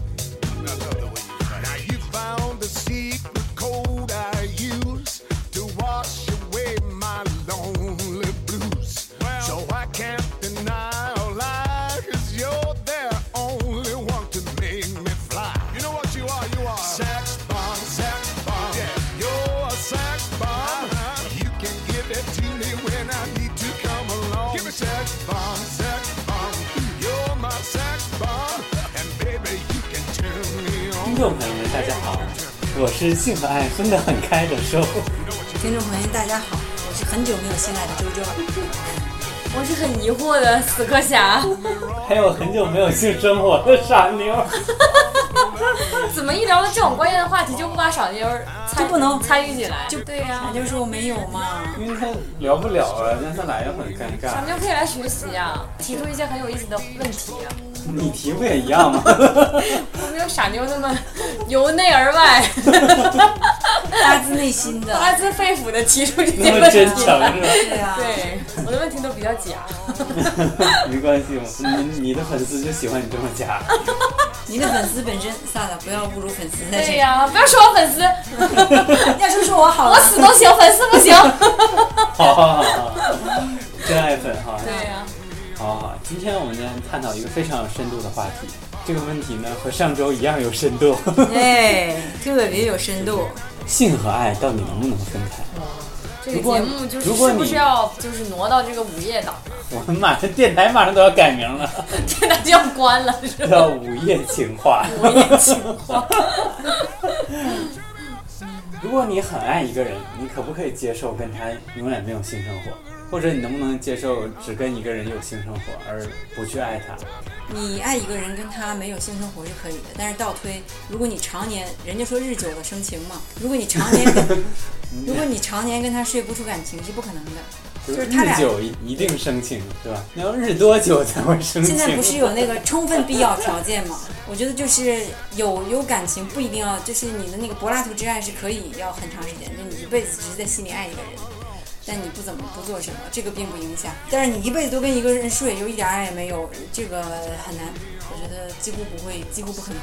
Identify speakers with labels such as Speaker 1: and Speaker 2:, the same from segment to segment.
Speaker 1: I love the way you fight.
Speaker 2: Now you found the secret code I use to wash away my lonely blues.
Speaker 1: Well-
Speaker 2: so I can't deny or lie, cause you're the only one to make me fly.
Speaker 1: You know what you are? You are.
Speaker 2: Sax bomb, sax bomb,
Speaker 1: Yeah.
Speaker 2: you're a sax bomb.
Speaker 1: Uh-huh.
Speaker 2: You can give it to me when I need to come along.
Speaker 1: Give it-
Speaker 2: sax bomb, sax bomb, you're my sax bomb, and baby you can turn me on.
Speaker 3: 听众朋友们，大家好，我是性和爱分得很开的收。
Speaker 4: 听众朋友，大家好，我是很久没有新来的周周了。
Speaker 5: 我是很疑惑的死磕侠，
Speaker 3: 还有很久没有性生活的傻妞儿，
Speaker 5: 怎么一聊到这种关键的话题就不把傻妞儿参
Speaker 4: 就不能
Speaker 5: 参与进来？
Speaker 4: 就
Speaker 5: 对啊呀、
Speaker 4: 俺就说我没有 嘛，
Speaker 3: 因为他聊不了啊，让他来也很尴
Speaker 5: 傻
Speaker 3: 尬。
Speaker 5: 妞可以来学习啊，提出一些很有意思的问题啊，
Speaker 3: 你题不也一样吗？
Speaker 5: 我没有傻妞那么 由内而外、
Speaker 4: 发自内心的。
Speaker 5: 发自肺腑的提出这些
Speaker 3: 那
Speaker 5: 问
Speaker 3: 么真
Speaker 5: 题
Speaker 3: 诚
Speaker 5: 来。
Speaker 3: 是吧？
Speaker 4: 对啊，
Speaker 5: 对，我的问题都比较假，
Speaker 3: 没关系，我你你的粉丝就喜欢你这么假。
Speaker 4: 你的粉丝本身，算了，不要侮辱粉丝在这
Speaker 5: 对呀、不要说我粉丝，
Speaker 4: 要是说我好
Speaker 5: 啊我
Speaker 4: 了，
Speaker 5: 死都行，粉丝不行。
Speaker 3: 好好好好，好真爱粉哈。
Speaker 5: 对啊呀、
Speaker 3: 好好，今天我们将探讨一个非常有深度的话题。这个问题呢，和上周一样有深度。
Speaker 4: 哎，特别有深度。
Speaker 3: 性和爱到底能不能分开？
Speaker 5: 这
Speaker 3: 如果
Speaker 5: 个节目就是
Speaker 3: 如果
Speaker 5: 是不
Speaker 3: 你
Speaker 5: 是要就是挪到这个午夜档 啊？
Speaker 3: 我们马上电台马上都要改名了，
Speaker 5: 这那就要关了，是吧？
Speaker 3: 叫《午夜情话》。
Speaker 5: 午夜情话。
Speaker 3: 如果你很爱一个人，你可不可以接受跟他永远没有性生活？或者你能不能接受只跟一个人有性生活，而不去爱他？
Speaker 4: 你爱一个人，跟他没有性生活是可以的，但是倒推，如果你常年，人家说日久了生情嘛，如果你常年跟，如果你常年跟他睡不出感情是不可能的。就是他
Speaker 3: 日
Speaker 4: 俩
Speaker 3: 久一定生情，对吧？你要日多久才会生情？
Speaker 4: 现在不是有那个充分必要条件吗？ 我觉得就是有有感情不一定要，就是你的那个柏拉图之爱是可以要很长时间，就你一辈子只是在心里爱一个人，但你不怎么不做什么，这个并不影响。但是你一辈子都跟一个人睡，就一点爱也没有，这个很难，我觉得几乎不会，几乎不可能。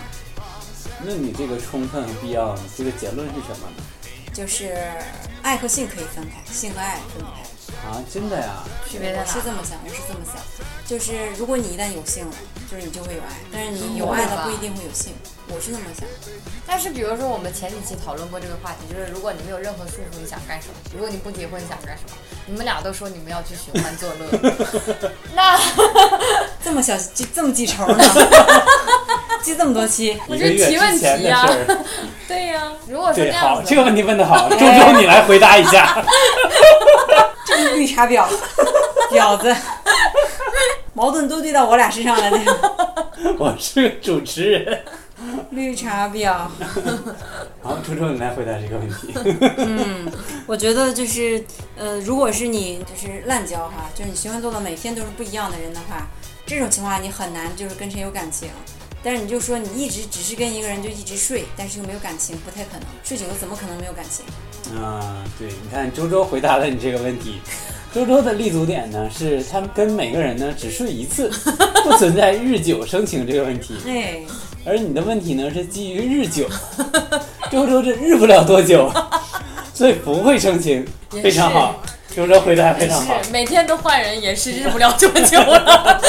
Speaker 3: 那你这个充分必要，你这个结论是什么呢？
Speaker 4: 就是爱和性可以分开，性和爱分不开。
Speaker 3: 啊，真的呀？
Speaker 5: 区别在
Speaker 4: 我
Speaker 5: 哪
Speaker 4: 是？这么想，我是这么想，就是如果你一旦有性了，就是你就会有爱，但是你有爱的不一定会有性，我是这么想。
Speaker 5: 但是比如说我们前几期讨论过这个话题，就是如果你没有任何束缚，你想干什么？如果你不结婚，你想干什么？你们俩都说你们要去寻欢作乐， 那
Speaker 4: 这么小就这么记仇呢？ 记这么多期，
Speaker 5: 我
Speaker 3: 一
Speaker 5: 就
Speaker 3: 个月
Speaker 5: 提问
Speaker 3: 之前
Speaker 5: 题啊
Speaker 3: 的
Speaker 5: 呀
Speaker 3: 事儿。
Speaker 5: 对呀、如果是
Speaker 3: 对，
Speaker 5: 这样
Speaker 3: 好，
Speaker 5: 子，
Speaker 3: 这个问题问得好，周周你来回答一下。
Speaker 4: 这绿茶婊， 婊子，矛盾都堆到我俩身上来了。
Speaker 3: 我是个主持人。
Speaker 4: 绿茶婊，
Speaker 3: 好，周周你来回答这个问 题。
Speaker 4: 我觉得就是呃，如果是你就是滥交哈，就是你循环做到每天都是不一样的人的话，这种情况下你很难就是跟谁有感情。但是你就说你一直只是跟一个人就一直睡，但是又没有感情，不太可能。睡久了怎么可能没有感情？
Speaker 3: 啊，对，你看周周回答了你这个问题。周周的立足点呢，是他跟每个人呢只睡一 次，不存在日久生情这个问题。
Speaker 4: 哎，
Speaker 3: 而你的问题呢，是基于日 久，周周这日不了多久，所以不会生情，
Speaker 5: 也是
Speaker 3: 非常好。周周回答非常好，
Speaker 5: 是每天都换人也是日不了多久 了，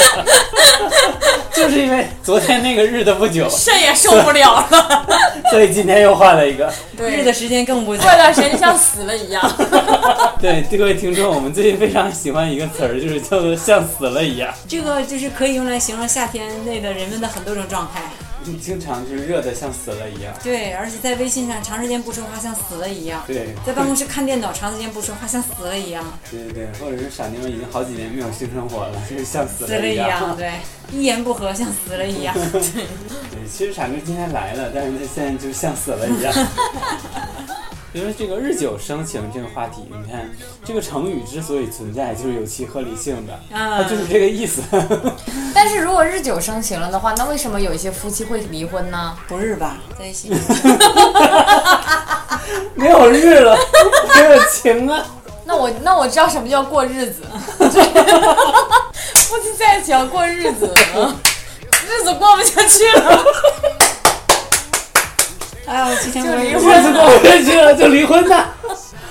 Speaker 3: 就是因为昨天那个日的不久，
Speaker 5: 肾也受不了了。
Speaker 3: 所以今天又换了一个。
Speaker 4: 日
Speaker 5: 对，
Speaker 4: 的时间更不久
Speaker 5: 过。一段时间就像死了一样。
Speaker 3: 对，各位听众，我们最近非常喜欢一个词儿，就是叫做像死了一样。
Speaker 4: 这个就是可以用来形容夏天内的人们的很多种状态。
Speaker 3: 你经常就是热的像死了一样。
Speaker 4: 对，而且在微信上长时间不说话像死了一样，
Speaker 3: 对，
Speaker 4: 在办公室看电脑长时间不说话像死了一样，
Speaker 3: 对对对，或者是傻妞已经好几年没有性生活了， 就是像死
Speaker 4: 死了
Speaker 3: 一
Speaker 4: 一样，对，一言不合像死了一 样。嗯
Speaker 3: 对，其实傻妞今天来了，但是她现在就像死了一 样。因为这个“日久生情”这个话题，你看这个成语之所以存在，就是有其合理性的，它
Speaker 4: 啊，
Speaker 3: 就是这个意思。
Speaker 5: 但是如果日久生情了的话，那为什么有一些夫妻会离婚呢？
Speaker 4: 不是吧？在一 起，
Speaker 3: 没有日了， 没有情了，
Speaker 5: 那我那我知道什么叫过日子， 夫妻在一起要过日子，日子过不下去了。
Speaker 4: 哎
Speaker 3: 我认识了就离婚吧，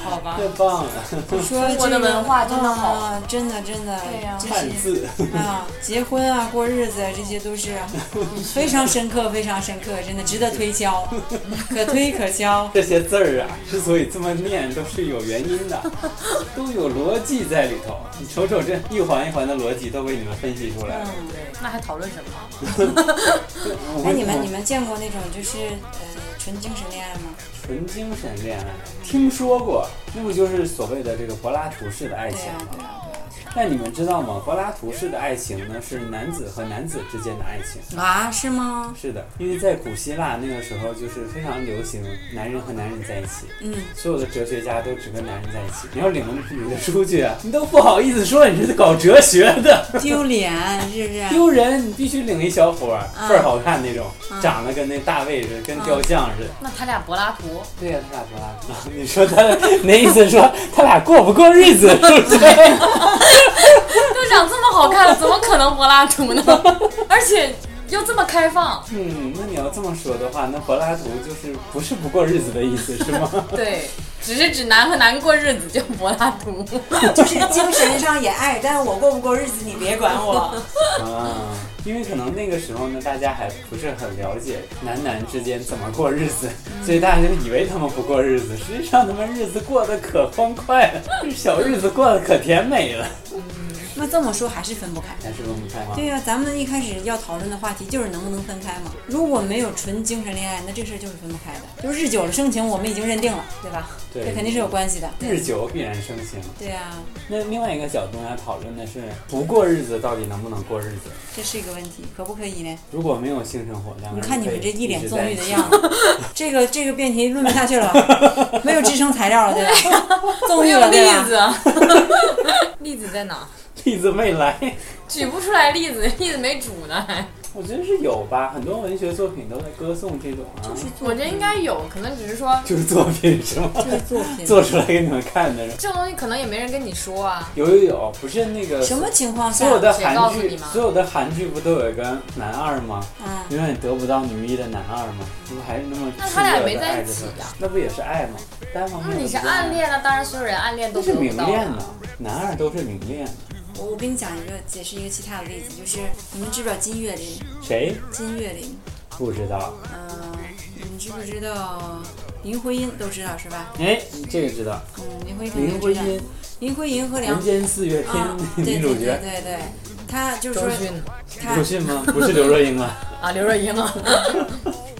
Speaker 5: 好吧
Speaker 3: 太？棒了，
Speaker 4: 说
Speaker 5: 中国的
Speaker 4: 这个
Speaker 5: 文化真的好
Speaker 4: 啊，真的真的，
Speaker 5: 对呀
Speaker 4: 就
Speaker 3: 汉
Speaker 4: 是
Speaker 3: 字。
Speaker 4: 啊，结婚啊，过日子啊，这些都是嗯 非常深刻，非常深刻，真的值得推 敲，可推可敲。
Speaker 3: 这些字儿啊，之所以这么念，都是有原因 的，都有逻辑在里头。你瞅瞅这一环一环的逻辑都被你们分析出来
Speaker 4: 嗯
Speaker 3: 了。，
Speaker 5: 那还讨论什么？
Speaker 3: 我
Speaker 4: 哎，你们你们见过那种就是呃纯精神恋爱吗？
Speaker 3: 纯精神恋爱，听说过，那不就是所谓的这个柏拉图式的爱
Speaker 4: 对
Speaker 3: 情
Speaker 4: 呀、
Speaker 3: 吗？
Speaker 4: 对呀、啊
Speaker 3: 但你们知道吗？柏拉图式的爱情呢，是男子和男子之间的爱情。
Speaker 4: 对呀。啊，是吗？
Speaker 3: 是的，因为在古希腊那个时候，就是非常流行男人和男人在一起，
Speaker 4: 嗯，
Speaker 3: 所有的哲学家都只跟男人在一起。 你要领着你的书去啊， 你都不好意思说你是搞哲学的，
Speaker 4: 丢脸是不是？
Speaker 3: 丢 人！你必须领一小伙儿，
Speaker 4: 啊
Speaker 3: 倍儿好看那种，
Speaker 4: 啊
Speaker 3: 长得跟那大卫似的，跟雕像似的。
Speaker 5: 那他俩柏拉图，
Speaker 3: 对呀、他俩柏拉图， 你说他那意思说 他俩过不过日 子，是不是？
Speaker 5: 就长这么好看， 怎么可能柏拉图 呢？而且又这么开放，
Speaker 3: 嗯，那你要这么说的话，那柏拉图就是不是不过日子的意思是吗？
Speaker 5: 对，只是指男和男过日子叫柏拉 图。
Speaker 4: 就是 精神上也爱，但是我过不过日子你别管我。
Speaker 3: 啊，因为可能那个时候呢，大家还不是很了解男男之间怎么过日子，所以大家就以为他们不过日子，实际上他们日子过得可欢快了，这小日子过得可甜美了，
Speaker 4: 那这么说还是分不开。
Speaker 3: 还是分不开吗？
Speaker 4: 对呀、咱们一开始要讨论的话题就是能不能分开嘛。如果没有纯精神恋爱，那这事儿就是分不开的。就日久了生情，我们已经认定了，对吧？
Speaker 3: 对
Speaker 4: 这肯定是有关系的。
Speaker 3: 日久必然生情。
Speaker 4: 对呀、
Speaker 3: 那另外一个角度呢，讨论的是不过日子到底能不能过日子？
Speaker 4: 这是一个问题，可不可以呢？
Speaker 3: 如果没有性生活，两个人
Speaker 4: 你看你们这一脸
Speaker 3: 直
Speaker 4: 纵
Speaker 3: 在
Speaker 4: 欲
Speaker 3: 哎一
Speaker 4: 的
Speaker 3: 起
Speaker 4: 样子，这个这个辩题论不下去 了吧，没有支撑材料了，对吧？纵欲 了，对
Speaker 5: 例
Speaker 4: 吧？
Speaker 5: 子，啊 例子在哪？
Speaker 3: 例子未来，
Speaker 5: 举不出来例子， 例子没煮呢。还
Speaker 3: 我觉得是有吧，很多文学作品都在歌颂这种啊，
Speaker 5: 我觉得应该有，可能只是说
Speaker 3: 就是作品是吗？
Speaker 4: 这是作品。
Speaker 3: 做出来给你们看的是吧
Speaker 5: 这种东西可能也没人跟你说啊。
Speaker 3: 有有有，不是那个
Speaker 4: 什么情况下
Speaker 3: 所？有的
Speaker 5: 谁告
Speaker 3: 韩
Speaker 5: 诉
Speaker 3: 剧，
Speaker 5: 你吗
Speaker 3: 所有的韩剧不都有一个男二吗？
Speaker 4: 嗯，
Speaker 3: 永远得不到女一的男二吗？不还是那么
Speaker 5: 那他俩
Speaker 3: 炽热地
Speaker 5: 没在
Speaker 3: 爱着
Speaker 5: 一起
Speaker 3: 她
Speaker 5: 呀
Speaker 3: 那不也是爱吗？单方
Speaker 5: 那
Speaker 3: 面的
Speaker 5: 你是
Speaker 3: 不爱
Speaker 5: 暗，恋，那当然所有人暗恋
Speaker 3: 都
Speaker 5: 都
Speaker 3: 是
Speaker 5: 得
Speaker 3: 明
Speaker 5: 不到啊
Speaker 3: 恋呢，男二都是明恋。
Speaker 4: 我我跟你讲一个，解释一个其他的例子，就是你们知不知道金岳霖？
Speaker 3: 谁
Speaker 4: 金岳霖，
Speaker 3: 不知道？
Speaker 4: 嗯、你们知不知道林徽因？都知道是吧？
Speaker 3: 哎，这个知道，
Speaker 4: 嗯，林徽因肯
Speaker 3: 林
Speaker 4: 定
Speaker 3: 徽
Speaker 4: 知道。
Speaker 3: 因《
Speaker 4: 林徽因和梁
Speaker 3: 人间四月天
Speaker 4: 啊，》对
Speaker 3: 女
Speaker 4: 对
Speaker 3: 主
Speaker 4: 对
Speaker 3: 角
Speaker 4: 对对，他就是
Speaker 5: 周
Speaker 4: 说
Speaker 5: 迅
Speaker 4: 他
Speaker 3: 鲁迅吗？不是刘若英吗？
Speaker 5: 啊，刘若英啊，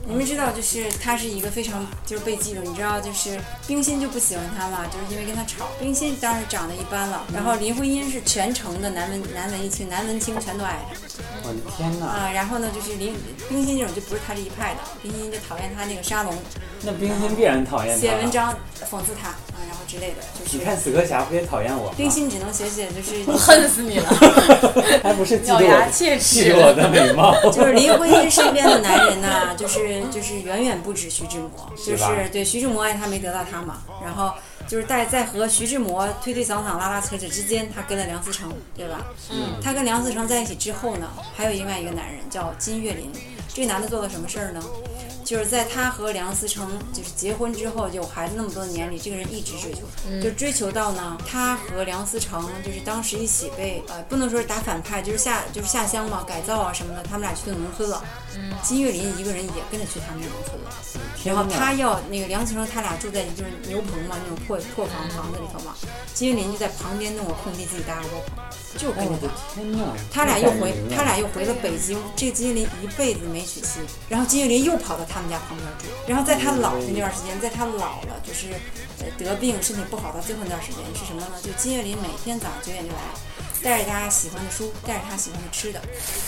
Speaker 4: 你们知道，就是他是一个非常就是被记住，你知道就是冰心就不喜欢他嘛，就是因为跟他吵。冰心当时长得一般了，然后林徽因是全城的男文男文艺青男文青全都爱着
Speaker 3: 我的天哪！
Speaker 4: 啊。然后呢，就是林冰心这种就不是他这一派的，冰心就讨厌他那个沙龙
Speaker 3: 那冰心必然讨厌他。
Speaker 4: 写文。章讽刺他啊，然后之类的，
Speaker 3: 啊
Speaker 4: 就
Speaker 3: 你
Speaker 4: 是
Speaker 3: 看死磕侠不也讨厌我吗？
Speaker 4: 冰心只能写写就是
Speaker 5: 我 恨死你了，
Speaker 3: 还不是嫉妒
Speaker 5: 咬
Speaker 3: 我
Speaker 5: 牙
Speaker 3: 的
Speaker 5: 切
Speaker 3: 嫉
Speaker 5: 齿。
Speaker 3: 妒我的美貌。
Speaker 4: 就是林徽因身边的男人呐、就是就是远远不止徐志摩，就是
Speaker 3: 吧
Speaker 4: 是对徐志摩爱他没得到他嘛，然后就是在在和徐志摩推推搡搡拉拉扯扯之间，他跟了梁思成，对吧？
Speaker 5: 嗯，
Speaker 4: 他跟梁思成在一起之后呢，还有另外一个男人叫金岳霖，这个男的做了什么事儿呢？就是在他和梁思成就是结婚之后有孩子那么多年里，这个人一直追求他，就追求到呢，他和梁思成就是当时一起被呃不能说是打反派，就是下就是下乡嘛，改造啊什么的，他们俩去农村了。金岳霖一个人也跟着去他们那农村了，然后他要那个梁思成他俩住在就是牛棚嘛，那种破破房房子里头嘛，金岳霖就在旁边弄个空地自己搭个窝棚，就
Speaker 3: 哎
Speaker 4: 跟着他。
Speaker 3: 天哪！
Speaker 4: 他俩又回，他俩又回了北京。这个金岳霖一辈子没娶妻，然后金岳霖又跑到他们家旁边住。然后在他老的那段时间，在他老了就是呃得病、身体不好到最后那段时间是什么呢？就金岳霖每天早上九点就来，带着他喜欢的书，带着他喜欢的吃的，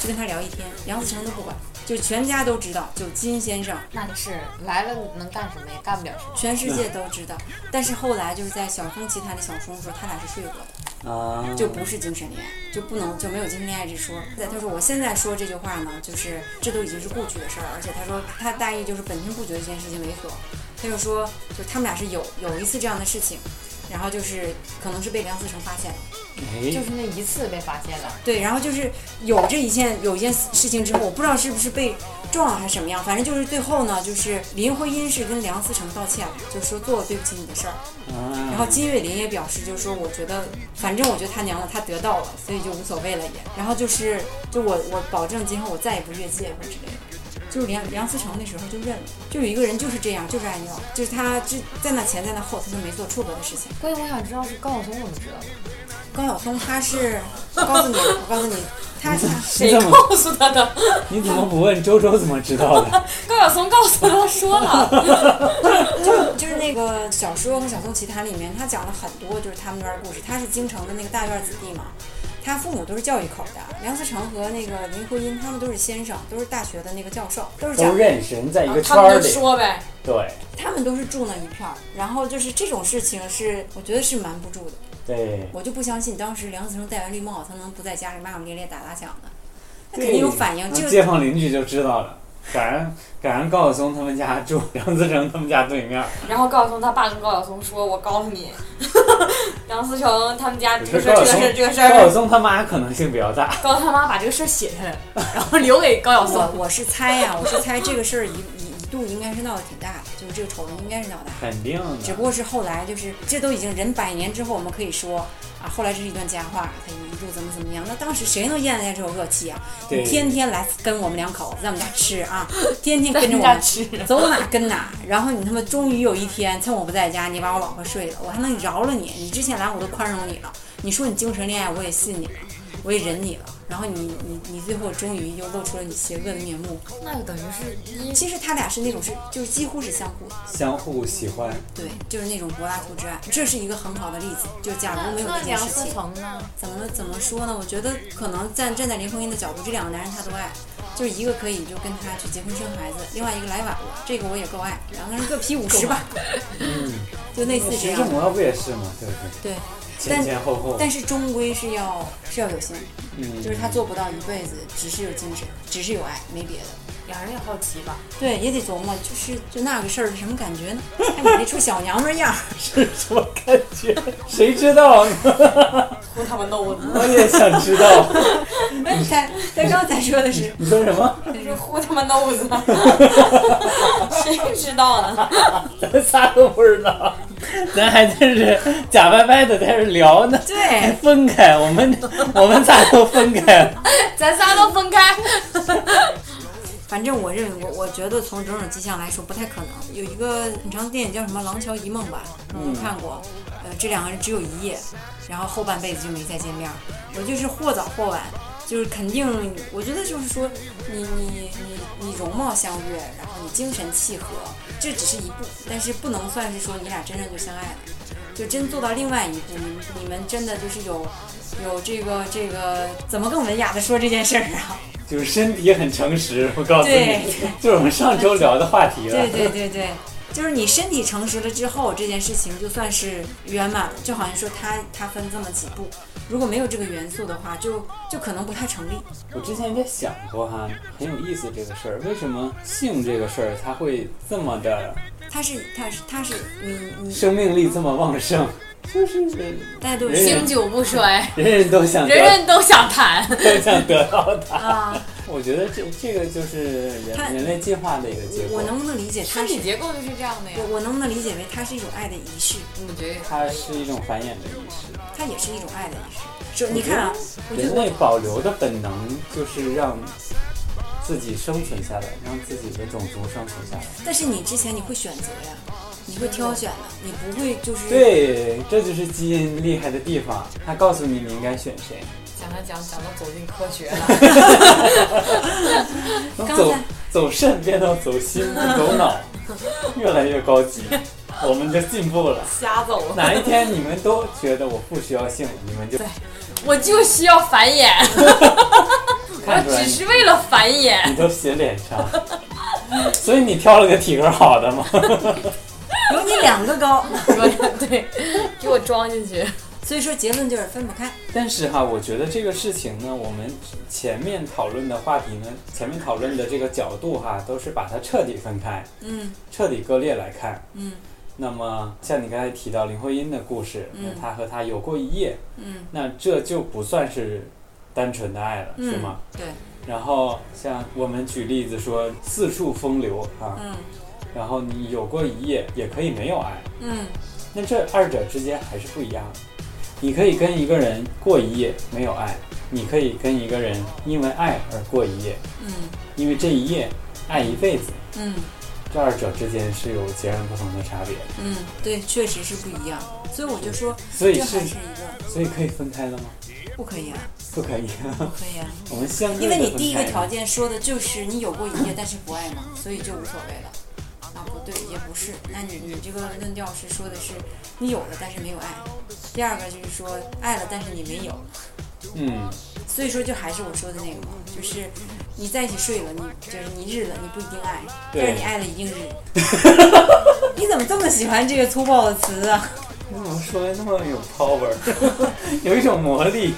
Speaker 4: 就跟他聊一天。梁思成都不管，就全家都知道，就金先生
Speaker 5: 那是来了能干什么也干不了什么。
Speaker 4: 全世界都知道。但是后来就是在《晓风奇谈》里，小说说他俩是睡过的。
Speaker 3: 啊，
Speaker 4: 就不是精神恋爱，就不能就没有精神恋爱之说。在他说我现在说这句话呢，就是这都已经是过去的事儿，而且他说他大意就是本身不觉得这件事情猥琐，他就说就是他们俩是有有一次这样的事情，然后就是可能是被梁思成发现了，
Speaker 3: 哎
Speaker 5: 就，是那一次被发现了，
Speaker 4: 对，然后就是有这一件有一件事情之后，我不知道是不是被撞了还是什么样，反正就是最后呢，就是林徽因是跟梁思成道歉了，就说做了对不起你的事儿，然后
Speaker 3: 啊，
Speaker 4: 金岳霖也表示，就是说，我觉得，反正我觉得他娘的，他得到了，所以就无所谓了也。然后就是，就我我保证今后我再也不越界或者之类的。就是梁梁思成那时候就认了，就有一个人就是这样，就是爱尿，就是他就在那前在那后，他都没做出格的事情。
Speaker 5: 关键我想知道是高晓松怎么知道的。
Speaker 4: 高晓松他是，我告诉你，我告诉你，他是
Speaker 3: 你怎么
Speaker 5: 告诉他的？
Speaker 3: 你怎么不问周周怎么知道 的？
Speaker 5: 高晓松告诉他说了。
Speaker 4: 就就是那个小说和《小松奇谈》里面，他讲了很多就是他们那边的故事。他是京城的那个大院子弟嘛，他父母都是教育口的。梁思成和那个林徽因，他们都是先生，都是大学的那个教授，都是讲
Speaker 3: 都哦认识，人在 一个圈
Speaker 5: 他
Speaker 3: 儿
Speaker 5: 们就
Speaker 3: 里，
Speaker 5: 说呗，
Speaker 3: 对
Speaker 4: 他们都是住那一片儿。然后就是这种事情是，我觉得是瞒不住的。
Speaker 3: 对，
Speaker 4: 我就不相信当时梁思成戴完绿帽，他能不在家里骂骂咧咧、打打响的，他
Speaker 3: 对
Speaker 4: 肯定有反应。就
Speaker 3: 街坊邻居就知道了。赶上赶上高晓松他们家住梁思成他们家对面儿，
Speaker 5: 然后高晓松他爸跟高晓松说：“我告诉你， 梁思成他们家这个事
Speaker 3: 我
Speaker 5: 儿，
Speaker 3: 觉得
Speaker 5: 这个事儿，这个事
Speaker 3: 高晓
Speaker 5: 儿。
Speaker 3: 松他妈可能性比较大。”
Speaker 5: 高他妈把这个事儿写下来，然后留给高晓松。
Speaker 4: 我我是猜呀、我是猜这个事儿一一一度应该是闹得挺大的，就是这个丑闻应该是闹大的。
Speaker 3: 肯定的，
Speaker 4: 只不过是后来就是这都已经人百年之后，我们可以说啊，后来这是一段佳话，他一路怎么怎么样。那当时谁能咽得下这口恶气啊？
Speaker 3: 对
Speaker 4: 你天天来跟我们两口子在我们家吃啊，天天
Speaker 5: 在
Speaker 4: 跟着
Speaker 5: 人
Speaker 4: 我
Speaker 5: 家
Speaker 4: 们
Speaker 5: 吃，
Speaker 4: 走哪跟哪，然后你他妈终于有一天趁我不在家，你把我老婆睡了，我还能饶了你。你之前来我都宽容你了，你说你精神恋爱我也信你了，我也忍你了。然后你你你最后终于又露出了你邪恶的面目。
Speaker 5: 那就等于是一
Speaker 4: 其实他俩是那种是就是几乎是相互的。
Speaker 3: 相互喜欢。
Speaker 4: 对，就是那种柏拉图之爱，这是一个很好的例子。就假如没有
Speaker 5: 那
Speaker 4: 这件
Speaker 5: 梁
Speaker 4: 事
Speaker 5: 思
Speaker 4: 情，
Speaker 5: 成呢？
Speaker 4: 怎么怎么说呢？我觉得可能站站在林徽因的角度，这两个男人他都爱，就是一个可以就跟他去结婚生孩子，另外一个来晚了，这个我也够爱，两个人各批五十吧，
Speaker 3: 嗯，
Speaker 4: 就类似这
Speaker 3: 徐
Speaker 4: 样
Speaker 3: 志。摩不也是吗？对不对？
Speaker 4: 对，
Speaker 3: 前前后后，
Speaker 4: 但是终归是要是要有心，
Speaker 3: 嗯，
Speaker 4: 就是他做不到一辈子只是有精神，只是有爱，没别的。
Speaker 5: 两人也好奇吧。
Speaker 4: 对，也得琢磨，就是就那个事儿是什么感觉呢？看你那出小娘们儿样儿，
Speaker 3: 是什么感觉？谁知道？
Speaker 5: 胡他妈 弄的，
Speaker 3: 我也想知道。
Speaker 4: 他他刚才说的是。
Speaker 3: 你说什么？
Speaker 5: 是胡他妈弄 的，谁知道呢？
Speaker 3: 咱仨都不知道，咱还真是假掰掰的在这聊呢。还
Speaker 4: 对，
Speaker 3: 分开，我们我们仨都分开了。
Speaker 5: 咱仨都分开。
Speaker 4: 反正我认为我我觉得从种种迹象来说不太可能。有一个很长的电影叫什么《廊桥遗梦》吧，我看过。呃，这两个人只有一夜，然后后半辈子就没再见面儿。我就是或早或晚，就是肯定，我觉得就是说你你你你容貌相悦，然后你精神契合，这只是一步，但是不能算是说你俩真正就相爱了。就真做到另外一步，你们你们真的就是有有这个这个怎么更文雅的说这件事儿啊？
Speaker 3: 就是身体很诚实，我告诉
Speaker 4: 对
Speaker 3: 你，就是我们上周聊的话题了
Speaker 4: 对。对对对，就是你身体诚实了之后，这件事情就算是圆满了。就好像说它它分这么几步，如果没有这个元素的话，就就可能不太成立。
Speaker 3: 我之前也想过哈，很有意思这个事儿，为什么性这个事儿它会这么的
Speaker 4: 它是它是它是你你
Speaker 3: 生命力这么旺盛？就是人
Speaker 4: 大家都有
Speaker 3: 人
Speaker 4: 性
Speaker 5: 经久不衰，
Speaker 3: 人都想得
Speaker 5: 人人都想谈。
Speaker 3: 都想得到它。
Speaker 4: 啊，
Speaker 3: 我觉得这这个就是
Speaker 4: 它
Speaker 3: 人人类进化的一个结
Speaker 4: 我
Speaker 3: 果。
Speaker 4: 能不能理解它
Speaker 5: 身
Speaker 4: 是
Speaker 5: 体？结构就是这样的呀
Speaker 4: 我。我能不能理解为它是一种爱的仪式？
Speaker 5: 我觉得
Speaker 3: 它是一种繁衍的仪式，
Speaker 4: 它也是一种爱的仪式。是，你看啊，我觉
Speaker 3: 人
Speaker 4: 得我
Speaker 3: 类保留的本能就是让自己生存下来，让自己的种族生存下来。
Speaker 4: 但是你之前你会选择呀，你会挑选的，你不会就是
Speaker 3: 对，这就是基因厉害的地方，它告诉你你应该选谁。
Speaker 5: 讲着讲讲到走进科学了，
Speaker 3: 从
Speaker 4: 刚
Speaker 3: 走
Speaker 4: 才
Speaker 3: 走肾变到走心，走 脑，越来越高级，我们就进步了。
Speaker 5: 瞎走了。
Speaker 3: 哪一天你们都觉得我不需要性，你们就
Speaker 5: 我就需要繁衍，
Speaker 3: 看出
Speaker 5: 我
Speaker 3: 来
Speaker 5: 只
Speaker 3: 你
Speaker 5: 是为了繁衍。
Speaker 3: 你都写脸上， 所以你挑了个体格好的吗？
Speaker 4: 有你两个高，
Speaker 5: 对，给我装进去。
Speaker 4: 所以说结论就是分不开。
Speaker 3: 但是哈，我觉得这个事情呢，我们前面讨论的话题呢，前面讨论的这个角度哈，都是把它彻底分开，
Speaker 4: 嗯
Speaker 3: 彻底割裂来看。
Speaker 4: 嗯。
Speaker 3: 那么像你刚才提到林徽因的故事，
Speaker 4: 嗯
Speaker 3: 那她和他有过一夜，
Speaker 4: 嗯，
Speaker 3: 那这就不算是单纯的爱了，
Speaker 4: 嗯
Speaker 3: 是吗？？
Speaker 4: 对，
Speaker 3: 然后像我们举例子说四处风流啊，
Speaker 4: 嗯
Speaker 3: 然后你有过一夜，也可以没有爱，
Speaker 4: 嗯
Speaker 3: 那这二者之间还是不一样的。你可以跟一个人过一夜没有爱，你可以跟一个人因为爱而过一夜，
Speaker 4: 嗯
Speaker 3: 因为这一夜爱一辈子，
Speaker 4: 嗯
Speaker 3: 这二者之间是有截然不同的差别的，
Speaker 4: 嗯，对，确实是不一样。所以我就说，
Speaker 3: 所以
Speaker 4: 这
Speaker 3: 是
Speaker 4: 还是一个
Speaker 3: 所以可以分开了吗？
Speaker 4: 不可以啊，
Speaker 3: 不可以，
Speaker 4: 不可以啊，
Speaker 3: 我们相对地
Speaker 4: 因为你第一个
Speaker 3: 分开
Speaker 4: 条件说的就是你有过一夜，但是不爱嘛，所以就无所谓了。啊，不对，也不是。那你你这个论调是说的是你有了，但是没有爱。第二个就是说爱了，但是你没有。
Speaker 3: 嗯，
Speaker 4: 所以说，就还是我说的那个嘛，就是你在一起睡了，你就是你日了，你不一定爱，
Speaker 3: 对
Speaker 4: 但是你爱了一定日。 你怎么这么喜欢这个粗暴的词啊？
Speaker 3: 你怎么说的那么有 power，有一种魔力，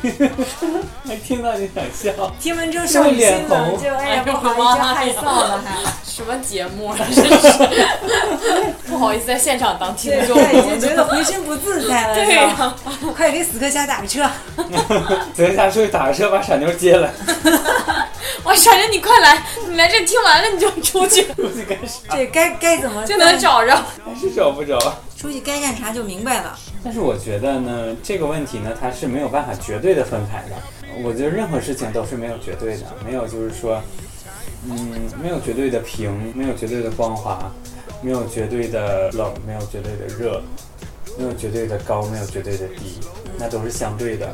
Speaker 3: 还听到你想笑，
Speaker 4: 听完之后上心了，就哎呀不好意思害臊了还，
Speaker 5: 什么节目啊？真 是不好意思，在现场当听
Speaker 4: 对
Speaker 5: 众。
Speaker 4: 对，就觉得浑身不自在了，
Speaker 5: 对
Speaker 4: 是
Speaker 5: 呀、
Speaker 4: 吧？快给死磕侠打个车，
Speaker 3: 昨天下出去打个车把傻妞接来，
Speaker 5: 我闪着你快来，你来这听完了你就出 去，
Speaker 3: 出去干啥？
Speaker 4: 对该该怎么
Speaker 5: 就能找着。
Speaker 3: 还是找不着。
Speaker 4: 出去该干啥就明白了。
Speaker 3: 但是我觉得呢，这个问题呢，它是没有办法绝对的分开的。我觉得任何事情都是没有绝对的，没有就是说，嗯，没有绝对的平，没有绝对的光滑，没有绝对的冷，没有绝对的热，没有绝对的高，没有绝对的低，那都是相对的。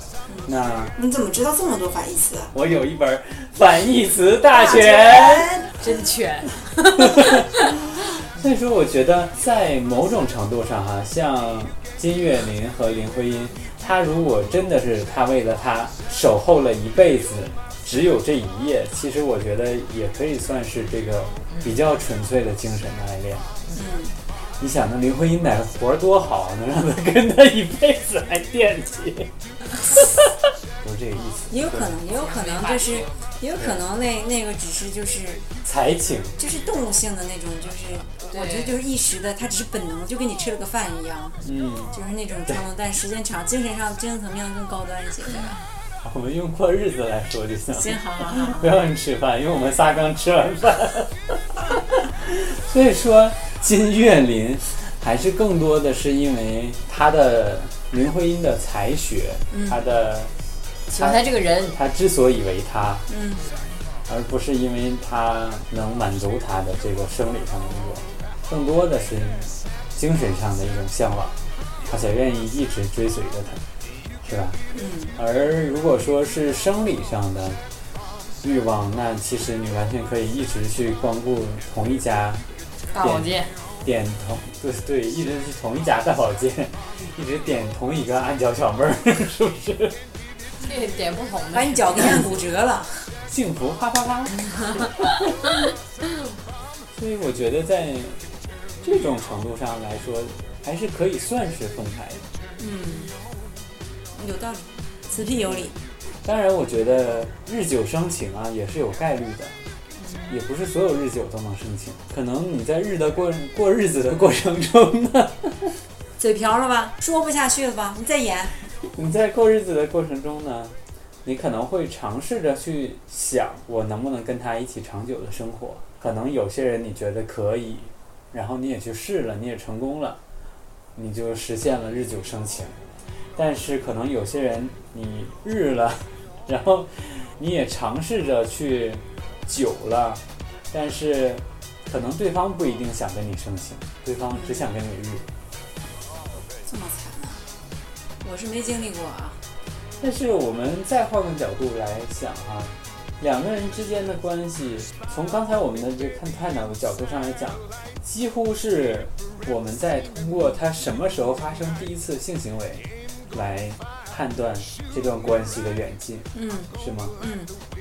Speaker 3: 那
Speaker 4: 你怎么知道这么多反义词？
Speaker 3: 我有一本反义词大全，
Speaker 4: 全
Speaker 5: 真全，
Speaker 3: 所以说我觉得在某种程度上哈、像金岳霖和林徽因，她如果真的是她为了他守候了一辈子，只有这一夜，其实我觉得也可以算是这个比较纯粹的精神的爱恋。
Speaker 4: 嗯，
Speaker 3: 你想，那林徽因哪活儿多好，能让她跟他一辈子还惦记，不是这个意思，
Speaker 4: 也有可能，也有可能就是，也有可能那那个只是就是
Speaker 3: 才情。
Speaker 4: 就是动物性的那种，就是
Speaker 5: 对
Speaker 4: 我觉得就是一时的，它只是本能，就跟你吃了个饭一样，
Speaker 3: 嗯，
Speaker 4: 就是那种冲动，但时间长，精神上精神层面更高端一些，对吧？
Speaker 3: 我们用过日子来说就行。
Speaker 4: 行，好好好，
Speaker 3: 不要你吃饭，因为我们仨刚吃完饭。 所以说，金岳霖还是更多的是因为他的林徽因的才学，他的
Speaker 5: 喜欢他这个人，
Speaker 3: 他之所以为他，
Speaker 4: 嗯，
Speaker 3: 而不是因为他能满足他的这个生理上的欲望，更多的是精神上的一种向往，他才愿意一直追随着他，是吧？
Speaker 4: 嗯。
Speaker 3: 而如果说是生理上的欲望，那其实你完全可以一直去光顾同一家
Speaker 5: 大保健，
Speaker 3: 点同，对对，一直去同一家大保健， 一直点同一个按脚小妹儿， 是不是？
Speaker 5: 这点不同
Speaker 4: 把
Speaker 5: 的。哎
Speaker 4: 你脚给按骨折了，
Speaker 3: 幸福啪啪啪。所以我觉得在这种程度上来说，还是可以算是分开的。
Speaker 4: 有道理，此屁有理，
Speaker 3: 当然，我觉得日久生情啊也是有概率的，也不是所有日久都能生情。可能你在日的过过日子的过程中呢，
Speaker 4: 嘴瓢了吧？说不下去了吧？你再演，
Speaker 3: 你在过日子的过程中呢，你可能会尝试着去想，我能不能跟他一起长久的生活？可能有些人你觉得可以，然后你也去试了，你也成功了，你就实现了日久生情。但是可能有些人你日了，然后你也尝试着去久了，但是可能对方不一定想跟你生情，对方只想跟你日。
Speaker 4: 这么惨啊！我是没经历过啊，
Speaker 3: 但是我们再换个角度来想哈、两个人之间的关系，从刚才我们的这看探讨的角度上来讲，几乎是我们在通过他什么时候发生第一次性行为来判断这段关系的远近，
Speaker 4: 嗯
Speaker 3: 是吗？
Speaker 4: 嗯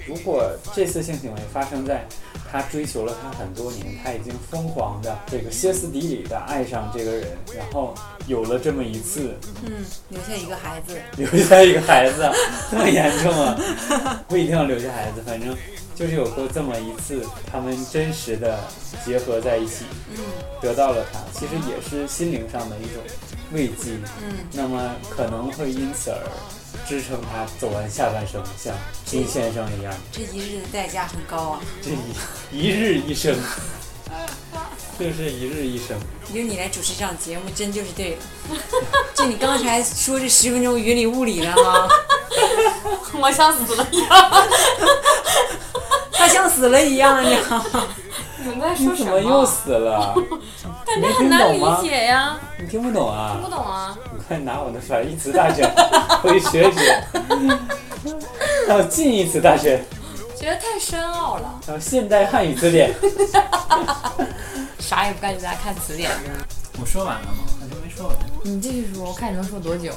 Speaker 3: 如果这次性行为发生在他追求了他很多年，他已经疯狂的这个歇斯底里的爱上这个人，然后有了这么一次，
Speaker 4: 嗯，留下一个孩 子，
Speaker 3: 啊留下一个孩子，这么严重啊？不一定要留下孩子，反正就是有过这么一次，他们真实的结合在一起，
Speaker 4: 嗯
Speaker 3: 得到了它，其实也是心灵上的一种慰藉。
Speaker 4: 嗯，
Speaker 3: 那么可能会因此而支撑他走完下半生，像金先生一样，
Speaker 4: 这一日的代价很高啊。
Speaker 3: 这一一日一生， 就是一日一生。
Speaker 4: 由你来主持这档节目，真就是对了。就你刚才说这十分钟云里雾里的啊，
Speaker 5: 我像死了一样。
Speaker 4: 他像死了一样，你啊知道吗？
Speaker 5: 你们在
Speaker 3: 你
Speaker 5: 说什
Speaker 3: 怎么又死 了？没听懂吗？
Speaker 5: 解呀，
Speaker 3: 你听不懂
Speaker 5: 听
Speaker 3: 啊？
Speaker 5: 不懂啊。
Speaker 3: 你快拿我的反义词大全 回学学，还有近义词大全，
Speaker 5: 觉得太深奥了，
Speaker 3: 还有现代汉语词典。
Speaker 5: 啥也不干就在家看词典。
Speaker 3: 我说完了吗？我就没说完。
Speaker 5: 你继续说，我看你能说多久。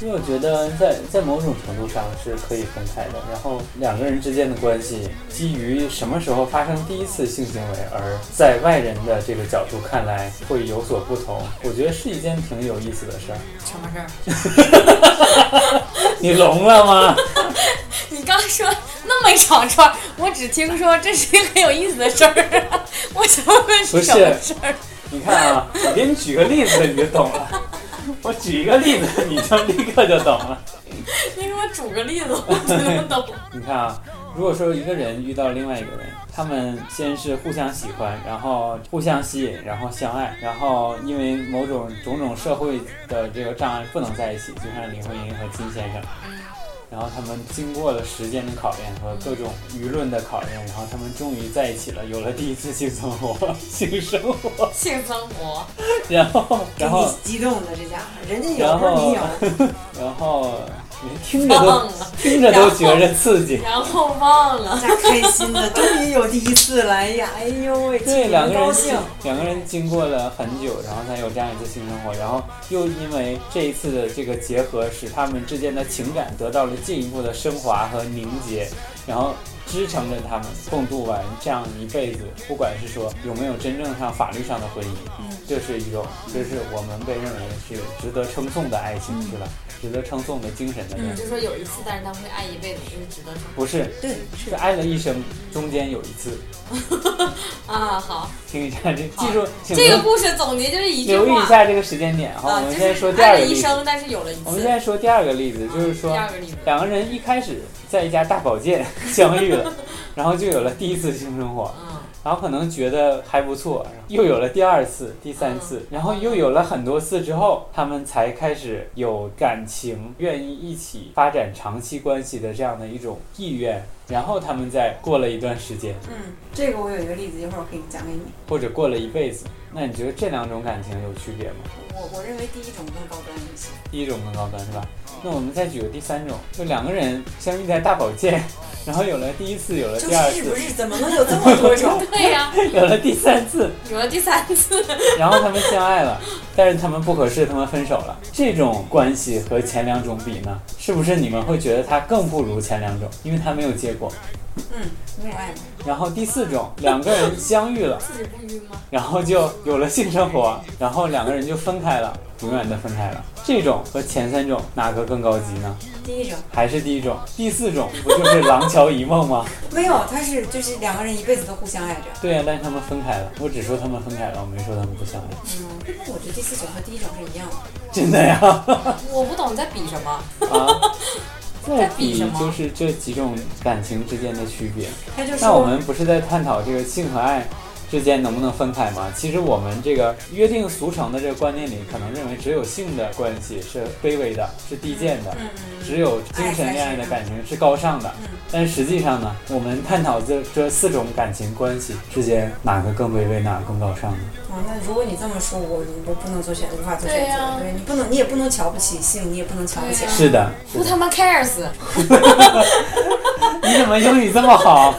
Speaker 3: 因为我觉得在在某种程度上是可以分开的，然后两个人之间的关系基于什么时候发生第一次性行为，而在外人的这个角度看来会有所不同，我觉得是一件挺有意思的事儿。
Speaker 5: 什么事儿？
Speaker 3: 你聋了吗？
Speaker 5: 你刚说那么一长串儿，我只听说这是一个很有意思的事儿， 我想问
Speaker 3: 不
Speaker 5: 是
Speaker 3: 是
Speaker 5: 什么事儿？
Speaker 3: 你看啊，我给你举个例子你就懂了，我举一个例子你就立刻就懂了。
Speaker 5: 你给我举个例子，我听不 懂。
Speaker 3: 你看啊，如果说一个人遇到另外一个人，他们先是互相喜欢，然后互相吸引，然后相爱，然后因为某种种种社会的这个障碍不能在一起，就像林徽因和金先生，然后他们经过了时间的考验和各种舆论的考验，然后他们终于在一起了，有了第一次性生活，性生活，
Speaker 5: 性生活，
Speaker 3: 然后然后
Speaker 4: 给你激动的这家伙，人家有
Speaker 3: 然
Speaker 4: 不是你
Speaker 3: 后
Speaker 4: 有，
Speaker 3: 然后你听着
Speaker 5: 忘
Speaker 3: 都
Speaker 5: 了，
Speaker 3: 听着都觉着刺激。
Speaker 5: 然后忘了，
Speaker 4: 大家开心的，终于有第一次了，哎呀，哎呦喂，
Speaker 3: 对，
Speaker 4: 替你们
Speaker 3: 两个
Speaker 4: 高
Speaker 3: 人
Speaker 4: 兴
Speaker 3: 经，两个人经过了很久，然后才有这样一次性生活，然后又因为这一次的这个结合，使他们之间的情感得到了进一步的升华和凝结，然后支撑着他们共度完这样一辈子。不管是说有没有真正上法律上的婚姻，这是一种，这是我们被认为是值得称颂的爱情，是吧？值得称颂的精神的恋
Speaker 5: 就
Speaker 3: 爱，
Speaker 5: 说有一次，但是他会爱一辈子，就是值得说
Speaker 3: 不是，
Speaker 4: 对，
Speaker 3: 是爱了一生，中间有一次。
Speaker 5: 啊。好，
Speaker 3: 听一下这，记住，请
Speaker 5: 这个
Speaker 3: 留
Speaker 5: 故事总结就是一句
Speaker 3: 留意
Speaker 5: 话
Speaker 3: 一下这个时间点哈。
Speaker 5: 啊
Speaker 3: 我，们
Speaker 5: 就
Speaker 3: 现在说
Speaker 5: 是
Speaker 3: 第二
Speaker 5: 爱
Speaker 3: 个
Speaker 5: 了
Speaker 3: 例
Speaker 5: 一
Speaker 3: 子，
Speaker 5: 生，但是有了一
Speaker 3: 我们
Speaker 5: 次
Speaker 3: 现。在说第二个例子，就是
Speaker 5: 第
Speaker 3: 说
Speaker 5: 二个例子，
Speaker 3: 两个人一开始在一家大保健 相遇 了，然后就有了第一次性生活，
Speaker 5: 嗯，
Speaker 3: 然后可能觉得还不错，然后又有了第二次、第三
Speaker 5: 啊
Speaker 3: 次，然后又有了很多次之后，他们才开始有感情，愿意一起发展长期关系的这样的一种意愿，然后他们再过了一段时间，
Speaker 4: 嗯，这个我有一个例子，一会儿我可以讲给你。
Speaker 3: 或者过了一辈子，那你觉得这两种感情有区别吗？
Speaker 4: 我我认为第一种更高端一些，
Speaker 3: 第一种更高端是吧？那我们再举个第三种，就两个人相遇在大保健，然后有了第一次，有了
Speaker 4: 哦就
Speaker 3: 第二
Speaker 4: 是是不
Speaker 3: 次，
Speaker 4: 是怎么能有这么多种？
Speaker 5: 对呀、
Speaker 3: 有了第三次，
Speaker 5: 有了第三次，
Speaker 3: 然后他们相爱了， 但是他们不合适，他们分手了。这种关系和前两种比呢，是不是你们会觉得它更不如前两种？因为它没有结果。
Speaker 4: 嗯，没有爱吗？
Speaker 3: 然后第四种，两个人相遇了，
Speaker 5: 自己不晕吗？
Speaker 3: 然后就有了性生活，然后两个人就分开了，永远的分开了。这种和前三种哪个更高级呢？
Speaker 4: 第一种
Speaker 3: 还是第一种？第四种不就是廊桥遗梦 吗？
Speaker 4: 没有，他是就是两个人一辈子都互相爱着。
Speaker 3: 对呀、啊但是他们分开了。我只说他们分开了，我没说他们不 相爱。
Speaker 4: 嗯，那我觉得第四种和第一种是一样的。
Speaker 3: 真的呀？
Speaker 5: 我不懂在比什么。
Speaker 3: 啊，这
Speaker 5: 在比
Speaker 3: 比
Speaker 5: 什么
Speaker 3: 就是这几种感情之间的区别。
Speaker 4: 他就
Speaker 3: 那
Speaker 4: 说
Speaker 3: 我们不是在探讨这个性和爱之间能不能分开吗？其实我们这个约定俗成的这个观念里，可能认为只有性的关系是卑微的，是低贱的。
Speaker 4: 嗯嗯
Speaker 3: 只有精神恋爱的感情是高尚的
Speaker 4: 嗯，
Speaker 3: 但实际上呢，我们探讨这这四种感情关系之间哪个更卑微，哪个更高尚呢？
Speaker 4: 啊，那如果你这么说，我我不能做选，无法做选
Speaker 5: 对
Speaker 4: 择。
Speaker 5: 呀
Speaker 4: 对啊你不能，你也不能瞧不起性，你也不能瞧不起
Speaker 5: 对
Speaker 4: 爱。
Speaker 5: 呀
Speaker 3: 是的，是
Speaker 4: 嗯
Speaker 5: Who
Speaker 3: 的
Speaker 5: 他妈 cares？
Speaker 3: 你怎么英语这么好？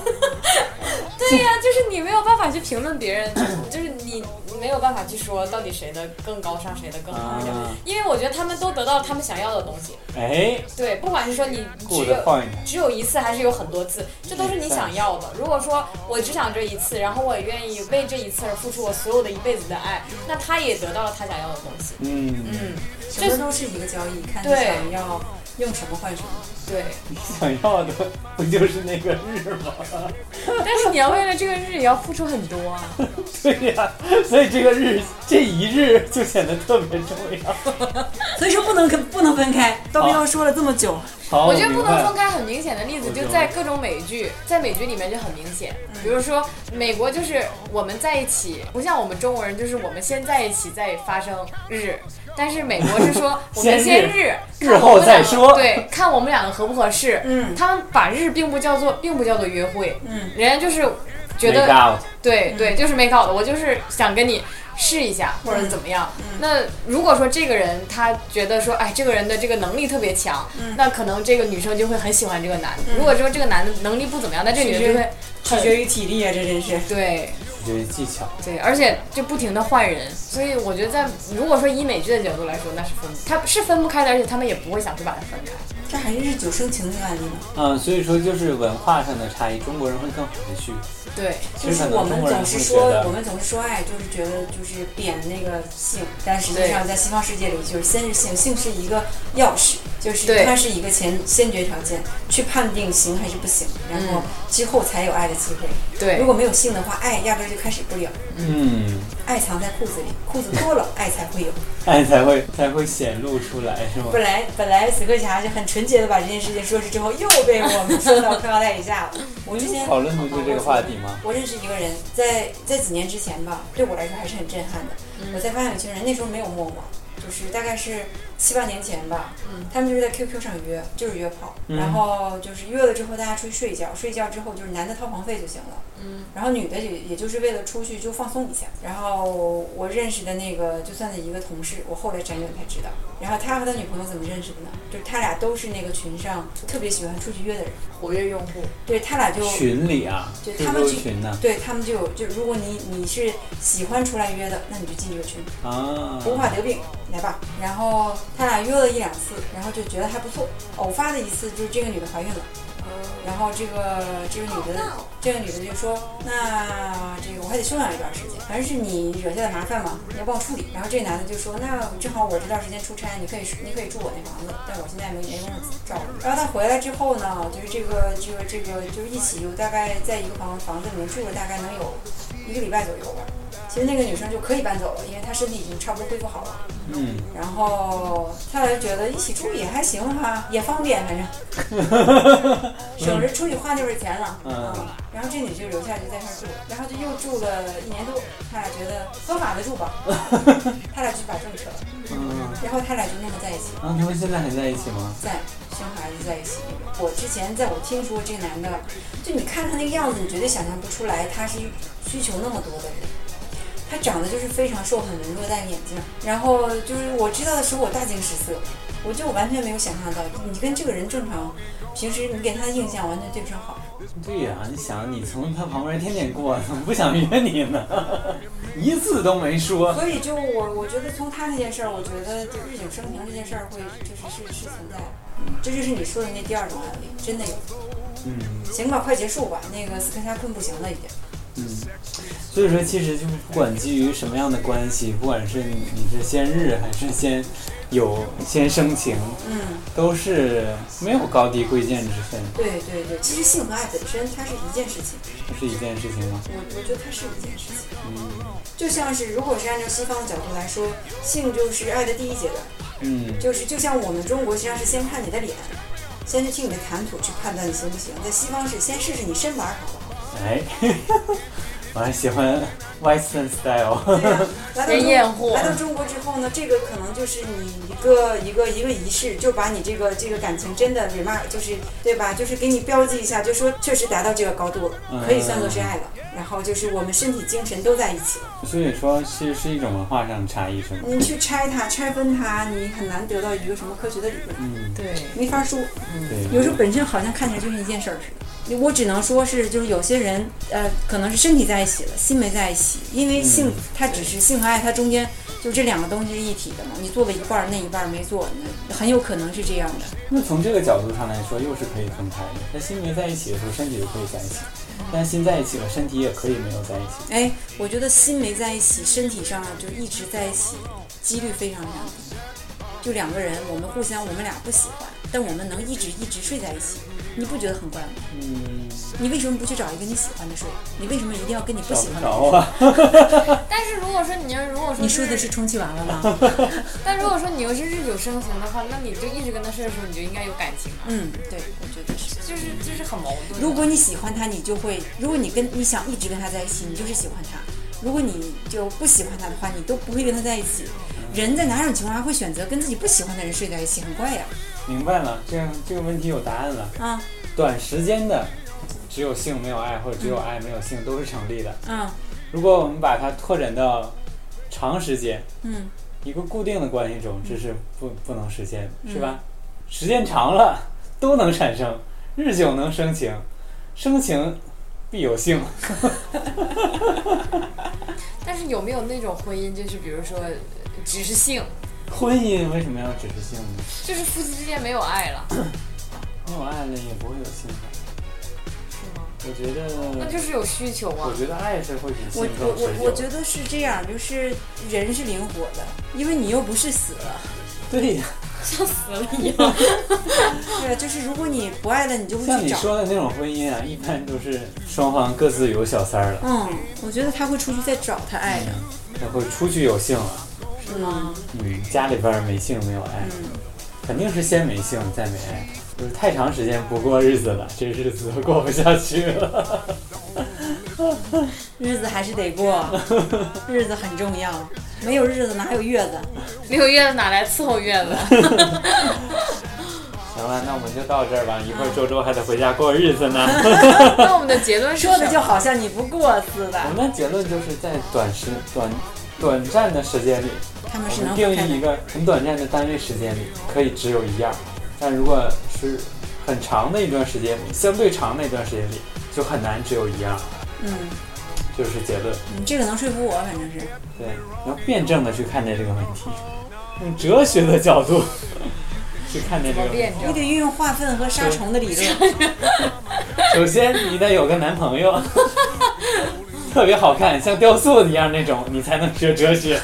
Speaker 5: 对呀、就是你没有办法去评论别人，就是你 你没有办法去说到底谁的更高尚，谁的更好一点
Speaker 3: 啊，
Speaker 5: 因为我觉得他们都得到了他们想要的东西。
Speaker 3: 哎，
Speaker 5: 对，不管是说你只
Speaker 3: Good
Speaker 5: 有
Speaker 3: point
Speaker 5: 只有一次，还是有很多次，这都是你想要的。如果说我只想这一次，然后我也愿意为这一次而付出我所有的一辈子的爱，那他也得到了他想要的东西。
Speaker 3: 嗯，
Speaker 5: 嗯，
Speaker 4: 什么都是一个交易，看你
Speaker 5: 对
Speaker 4: 想要用什么换什么。
Speaker 5: 对。
Speaker 3: 想要的不就是那个日吗？
Speaker 5: 但是你要为了这个日也要付出很多啊。
Speaker 3: 对呀、所以这个日这一日就显得特别重要。
Speaker 4: 所以说不能跟不能分开，刀
Speaker 3: 好
Speaker 4: 彪说了这么久，
Speaker 3: 好，
Speaker 5: 我觉得不
Speaker 3: 明白
Speaker 5: 能
Speaker 3: 了
Speaker 5: 分开，很明显的例子
Speaker 3: 我
Speaker 5: 就
Speaker 3: 懂
Speaker 5: 在各种美剧，在美剧里面就很明显。比如说美国就是我们在一起，不像我们中国人就是我们先在一起再发生日，但是美国 是说我们先
Speaker 3: 先
Speaker 5: 日，
Speaker 3: 日
Speaker 5: 看我
Speaker 3: 后
Speaker 5: 们
Speaker 3: 再
Speaker 5: 两个
Speaker 3: 说
Speaker 5: 对，看我们两个合不合适。
Speaker 4: 嗯
Speaker 5: 他们把日并不叫做并不叫做约会，
Speaker 4: 嗯，
Speaker 5: 人家就是觉得
Speaker 3: Make out
Speaker 5: 对对，就是没搞的，我就是想跟你试一下或者
Speaker 4: 嗯
Speaker 5: 怎么样。那如果说这个人他觉得说，哎，这个人的这个能力特别强，
Speaker 4: 嗯
Speaker 5: 那可能这个女生就会很喜欢这个男的。如果说这个男的能力不怎么样，那这个女生就会
Speaker 4: 取决于体力啊，这真是。
Speaker 5: 对
Speaker 3: 学技巧，
Speaker 5: 对，而且就不停的换人。所以我觉得在如果说以美剧的角度来说，那是分他是分不开的，而且他们也不会想去把它分开。
Speaker 4: 这还是日久生情这个案例呢，
Speaker 3: 嗯，所以说就是文化上的差异，中国人会更含蓄。
Speaker 5: 对，
Speaker 3: 其
Speaker 4: 就
Speaker 3: 实
Speaker 4: 是
Speaker 3: 很
Speaker 4: 我
Speaker 3: 多中
Speaker 4: 们
Speaker 3: 国人
Speaker 4: 总
Speaker 3: 会
Speaker 4: 是
Speaker 3: 觉
Speaker 4: 说
Speaker 3: 得
Speaker 4: 我们总是说爱，就是觉得就是贬那个性，但实际上在西方世界里，就是先是性，性是一个钥匙，就是
Speaker 5: 对
Speaker 4: 它是一个前先决条件，去判定行还是不行，然
Speaker 3: 嗯
Speaker 4: 后之后才有爱的机会。
Speaker 5: 对
Speaker 4: 如果没有性的话，爱压根儿就开始不了，
Speaker 3: 嗯，
Speaker 4: 爱藏在裤子里，裤子脱了，爱才 会有。
Speaker 3: 爱哎才会才会显露出来，是吗？
Speaker 4: 本来本来死磕侠就很纯洁的把这件事情说出之后，又被我们说到 快腰带以下了。我之前
Speaker 3: 讨论不就这个话题吗？
Speaker 4: 我认识一个人，在在几年之前吧，对我来说还是很震撼的。我才发现有些人那时候没有陌陌，就是大概是七八年前吧，他们就是在 QQ 上约，就是约炮，然后就是约了之后大家出去睡觉，睡觉之后就是男的掏房费就行了，
Speaker 5: 嗯
Speaker 4: 然后女的也也就是为了出去就放松一下。然后我认识的那个就算是一个同事，我后来辗转才知道，然后他和他女朋友怎么认识的呢？就是他俩都是那个群上特别喜欢出去约的人，
Speaker 5: 活跃用户，
Speaker 4: 对他俩就
Speaker 3: 群里啊
Speaker 4: 对他们
Speaker 3: ，QQ
Speaker 4: 就
Speaker 3: 群呢
Speaker 4: 对他们就有，就如果你你是喜欢出来约的，那你就进这个群，
Speaker 3: 啊，
Speaker 4: 无法得病，来吧。然后他俩约了一两次，然后就觉得还不错。偶发的一次就是这个女的怀孕了，然后这个这个女的这个女的就说，那这个我还得休养一段时间，反正是你惹下的麻烦嘛，你要帮我处理。然后这男的就说，那正好我这段时间出差，你可以 你可以住我那房子，但我现在没没工夫照顾。然后他回来之后呢，就是这个这个这个就是一起就大概在一个房房子里面住了大概能有一个礼拜左右吧。其实那个女生就可以搬走了，因为她身体已经差不多恢复好了。
Speaker 3: 嗯，
Speaker 4: 然后他俩就觉得一起住也还行哈，也方便，反正省着出去花那份钱了。啊
Speaker 3: 嗯
Speaker 4: 然后这女就留下来就在这儿住，然后就又住了一年多。他俩觉得合法的住吧，他俩就把证撤了，
Speaker 3: 嗯，
Speaker 4: 然后他俩就那么在一起，
Speaker 3: 然后他们现在还在一起吗？
Speaker 4: 在生孩子在一起。我之前在我听说这个男的，就你看他那个样子，你绝对想象不出来他是需求那么多的人。他长得就是非常瘦，很文弱，戴个眼镜，然后就是我知道的时候，我大惊失色，我就完全没有想象到，你跟这个人正常，平时你给他的印象完全对不上号。
Speaker 3: 对呀、你想你从他旁边天天过，怎么不想约你呢？ 一次都没说。
Speaker 4: 所以就我我觉得从他那件事儿，我觉得就日久生情这件事儿会就是是是存在的，嗯这就是你说的那第二种案例，真的有。
Speaker 3: 嗯
Speaker 4: 行吧，快结束吧，那个斯科夏困不行了已经。
Speaker 3: 嗯，所以说其实就是不管基于什么样的关系，不管是你你是先日还是先有先生情，
Speaker 4: 嗯，
Speaker 3: 都是没有高低贵贱之分，
Speaker 4: 对对对，其实性和爱本身它是一件事情，
Speaker 3: 这是一件事情吗？
Speaker 4: 我我觉得它是一件事情。
Speaker 3: 嗯
Speaker 4: 就像是，如果是按照西方的角度来说，性就是爱的第一阶段，
Speaker 3: 嗯
Speaker 4: 就是就像我们中国实际上是先看你的脸，先去听你的谈吐去判断你行不行。在西方是先试试你身板好不好。
Speaker 3: 哎， 我还喜欢 Western style，
Speaker 4: 对啊来到
Speaker 5: 先
Speaker 4: 中
Speaker 5: 验货
Speaker 4: 来到中国之后呢，这个可能就是你一个一个一个仪式，就把你这个这个感情真的 remark，就是对吧？就是给你标记一下，就说确实达到这个高度了，
Speaker 3: 嗯
Speaker 4: 可以算作是爱了。然后就是我们身体精神都在一起了。
Speaker 3: 所以说是是一种文化上的差异，是吗？
Speaker 4: 你去拆它、拆分它，你很难得到一个什么科学的理论，
Speaker 3: 嗯，
Speaker 5: 对
Speaker 4: 没法说。
Speaker 3: 对，
Speaker 4: 有时候本身好像看起来就像一件事儿似的。我只能说是，就是有些人，呃，可能是身体在一起了，心没在一起，因为性，它只是性和爱，它中间就这两个东西是一体的嘛。你做了一半儿，那一半儿没做，那很有可能是这样的。
Speaker 3: 那从这个角度上来说，又是可以分开的。那心没在一起的时候，身体就可以在一起；
Speaker 4: 嗯
Speaker 3: 但心在一起了，身体也可以没有在一起。
Speaker 4: 哎，我觉得心没在一起，身体上就一直在一起，几率非常非常低。就两个人，我们互相，我们俩不喜欢，但我们能一直一直睡在一起，你不觉得很怪吗？
Speaker 3: 嗯，
Speaker 4: 你为什么不去找一个你喜欢的睡？你为什么一定要跟你不
Speaker 3: 找
Speaker 4: 喜
Speaker 3: 不
Speaker 4: 欢的
Speaker 3: 着
Speaker 4: 人睡？
Speaker 3: 啊。
Speaker 6: 但是如果说你要如果说
Speaker 4: 你说的
Speaker 6: 日
Speaker 4: 是充气娃 娃吗？
Speaker 6: 但如果说你又是日久生情的话，那你就一直跟他睡的时候，你就应该有感情啊，
Speaker 4: 嗯，对，我觉得是。
Speaker 6: 就是就是很矛盾的。啊
Speaker 4: 如果你喜欢他，你就会；如果你跟你想一直跟他在一起，你就是喜欢他；如果你就不喜欢他的话，你都不会跟他在一起。人在哪种情况下会选择跟自己不喜欢的人睡在一起？很怪呀、
Speaker 3: 明白了，这样这个问题有答案了。
Speaker 4: 啊！
Speaker 3: 短时间的，只有性没有爱，或者只有爱没有性，都是成立的。
Speaker 4: 嗯
Speaker 3: 如果我们把它拓展到长时间，
Speaker 4: 嗯
Speaker 3: 一个固定的关系中，这是不不能实现
Speaker 4: 嗯
Speaker 3: 的，是吧？时间长了都能产生，日久能生情，生情必有性。
Speaker 6: 但是有没有那种婚姻，就是比如说呃只是性，
Speaker 3: 婚姻为什么要只是性呢？
Speaker 6: 就是夫妻之间没有爱了，
Speaker 3: 没有爱了也不会有性吧？
Speaker 6: 是吗？
Speaker 3: 我觉
Speaker 6: 那
Speaker 3: 得，
Speaker 6: 就是有需求啊
Speaker 3: 我。觉得爱是会比性
Speaker 4: 我
Speaker 3: 更
Speaker 4: 我
Speaker 3: 持久的。
Speaker 4: 我我觉得是这样，就是人是灵活的，因为你又不是死了，
Speaker 3: 对呀，
Speaker 4: 对吧？啊就是如果你不爱了，你就会
Speaker 3: 像
Speaker 4: 去
Speaker 3: 你
Speaker 4: 找。
Speaker 3: 说的那种婚姻啊，一般都是双方各自有小三儿了，
Speaker 4: 嗯，我觉得他会出去再找他爱的。
Speaker 3: 然后出去有性了，
Speaker 4: 嗯是吗？嗯
Speaker 3: 嗯，家里边儿没性没有爱，肯定是先没性再没爱，就是太长时间不过日子了，这日子都过不下去了。
Speaker 4: 日子还是得过，日子很重要，没有日子哪有月子？
Speaker 6: 没有月子哪来伺候月子？
Speaker 3: 行了，那我们就到这儿吧，一会儿
Speaker 4: 嗯
Speaker 3: 周周还得回家过日子呢。
Speaker 6: 那我们的结论是
Speaker 4: 说
Speaker 6: 什
Speaker 4: 的
Speaker 6: 么
Speaker 4: 就好像你不过似的
Speaker 3: 我。们结论就是在短时短短暂的时间里，
Speaker 4: 他们
Speaker 3: 我
Speaker 4: 是
Speaker 3: 们
Speaker 4: 能
Speaker 3: 定
Speaker 4: 分开
Speaker 3: 义一
Speaker 4: 的。
Speaker 3: 个很短暂的单位时间里可以只有一样，但如果是很长的一段时间里，相对长的一段时间里，就很难只有一样，
Speaker 4: 嗯，
Speaker 3: 这就是结论。
Speaker 4: 你这个能说服我，反正是。
Speaker 3: 对，你要辩证的去看待这个问
Speaker 4: 哦
Speaker 3: 题，用哲学的角度 去看待这个问题
Speaker 6: 辩。
Speaker 4: 你
Speaker 6: 证
Speaker 4: 得运用化粪和杀虫的 理论。
Speaker 3: 啊首先，你得有个男朋友， 特别好看，像雕塑一样那种，你才能学哲学。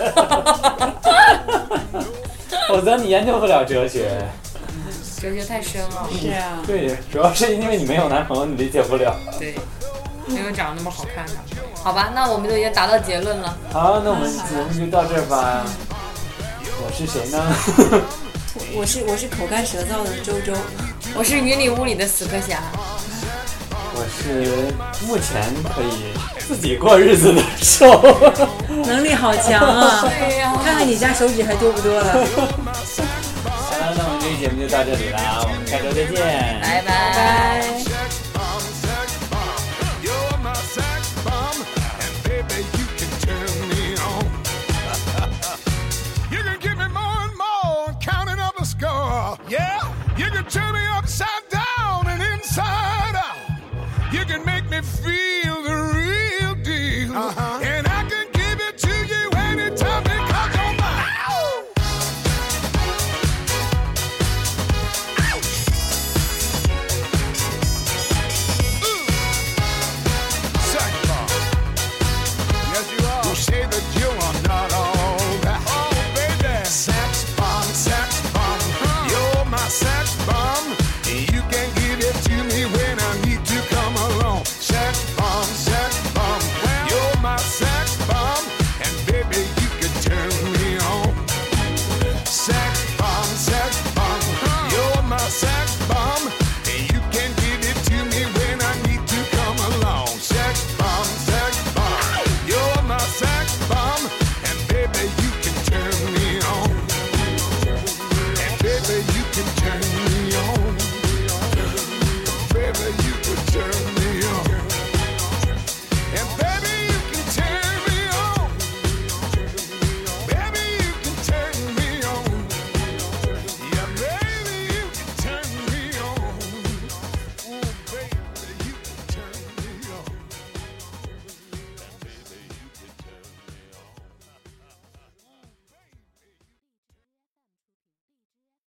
Speaker 3: 否则你研究不了哲学。
Speaker 6: 哲学太深了，
Speaker 4: 是啊，
Speaker 3: 对，主要是因为你没有男朋友，你理解不了。
Speaker 6: 对，没有长得那么好看的。好吧，那我们就已经达到结论了。
Speaker 3: 好，那我们节目就到这儿吧。我是谁呢？
Speaker 4: 我我是我是口干舌燥的周周，
Speaker 6: 我是云里雾里的死磕侠，
Speaker 3: 我是目前可以自己过日子的 兽。
Speaker 4: 能力好强 啊！
Speaker 6: 对呀
Speaker 4: 看看你家手指还多不多了。
Speaker 3: 好了，那我们这期节目就到这里了啊，我们下周再见，
Speaker 6: 拜拜。
Speaker 2: You're my sex bomb, and baby, you can turn me on. you can give me more and more, counting up a score. Yeah, you can turn me upside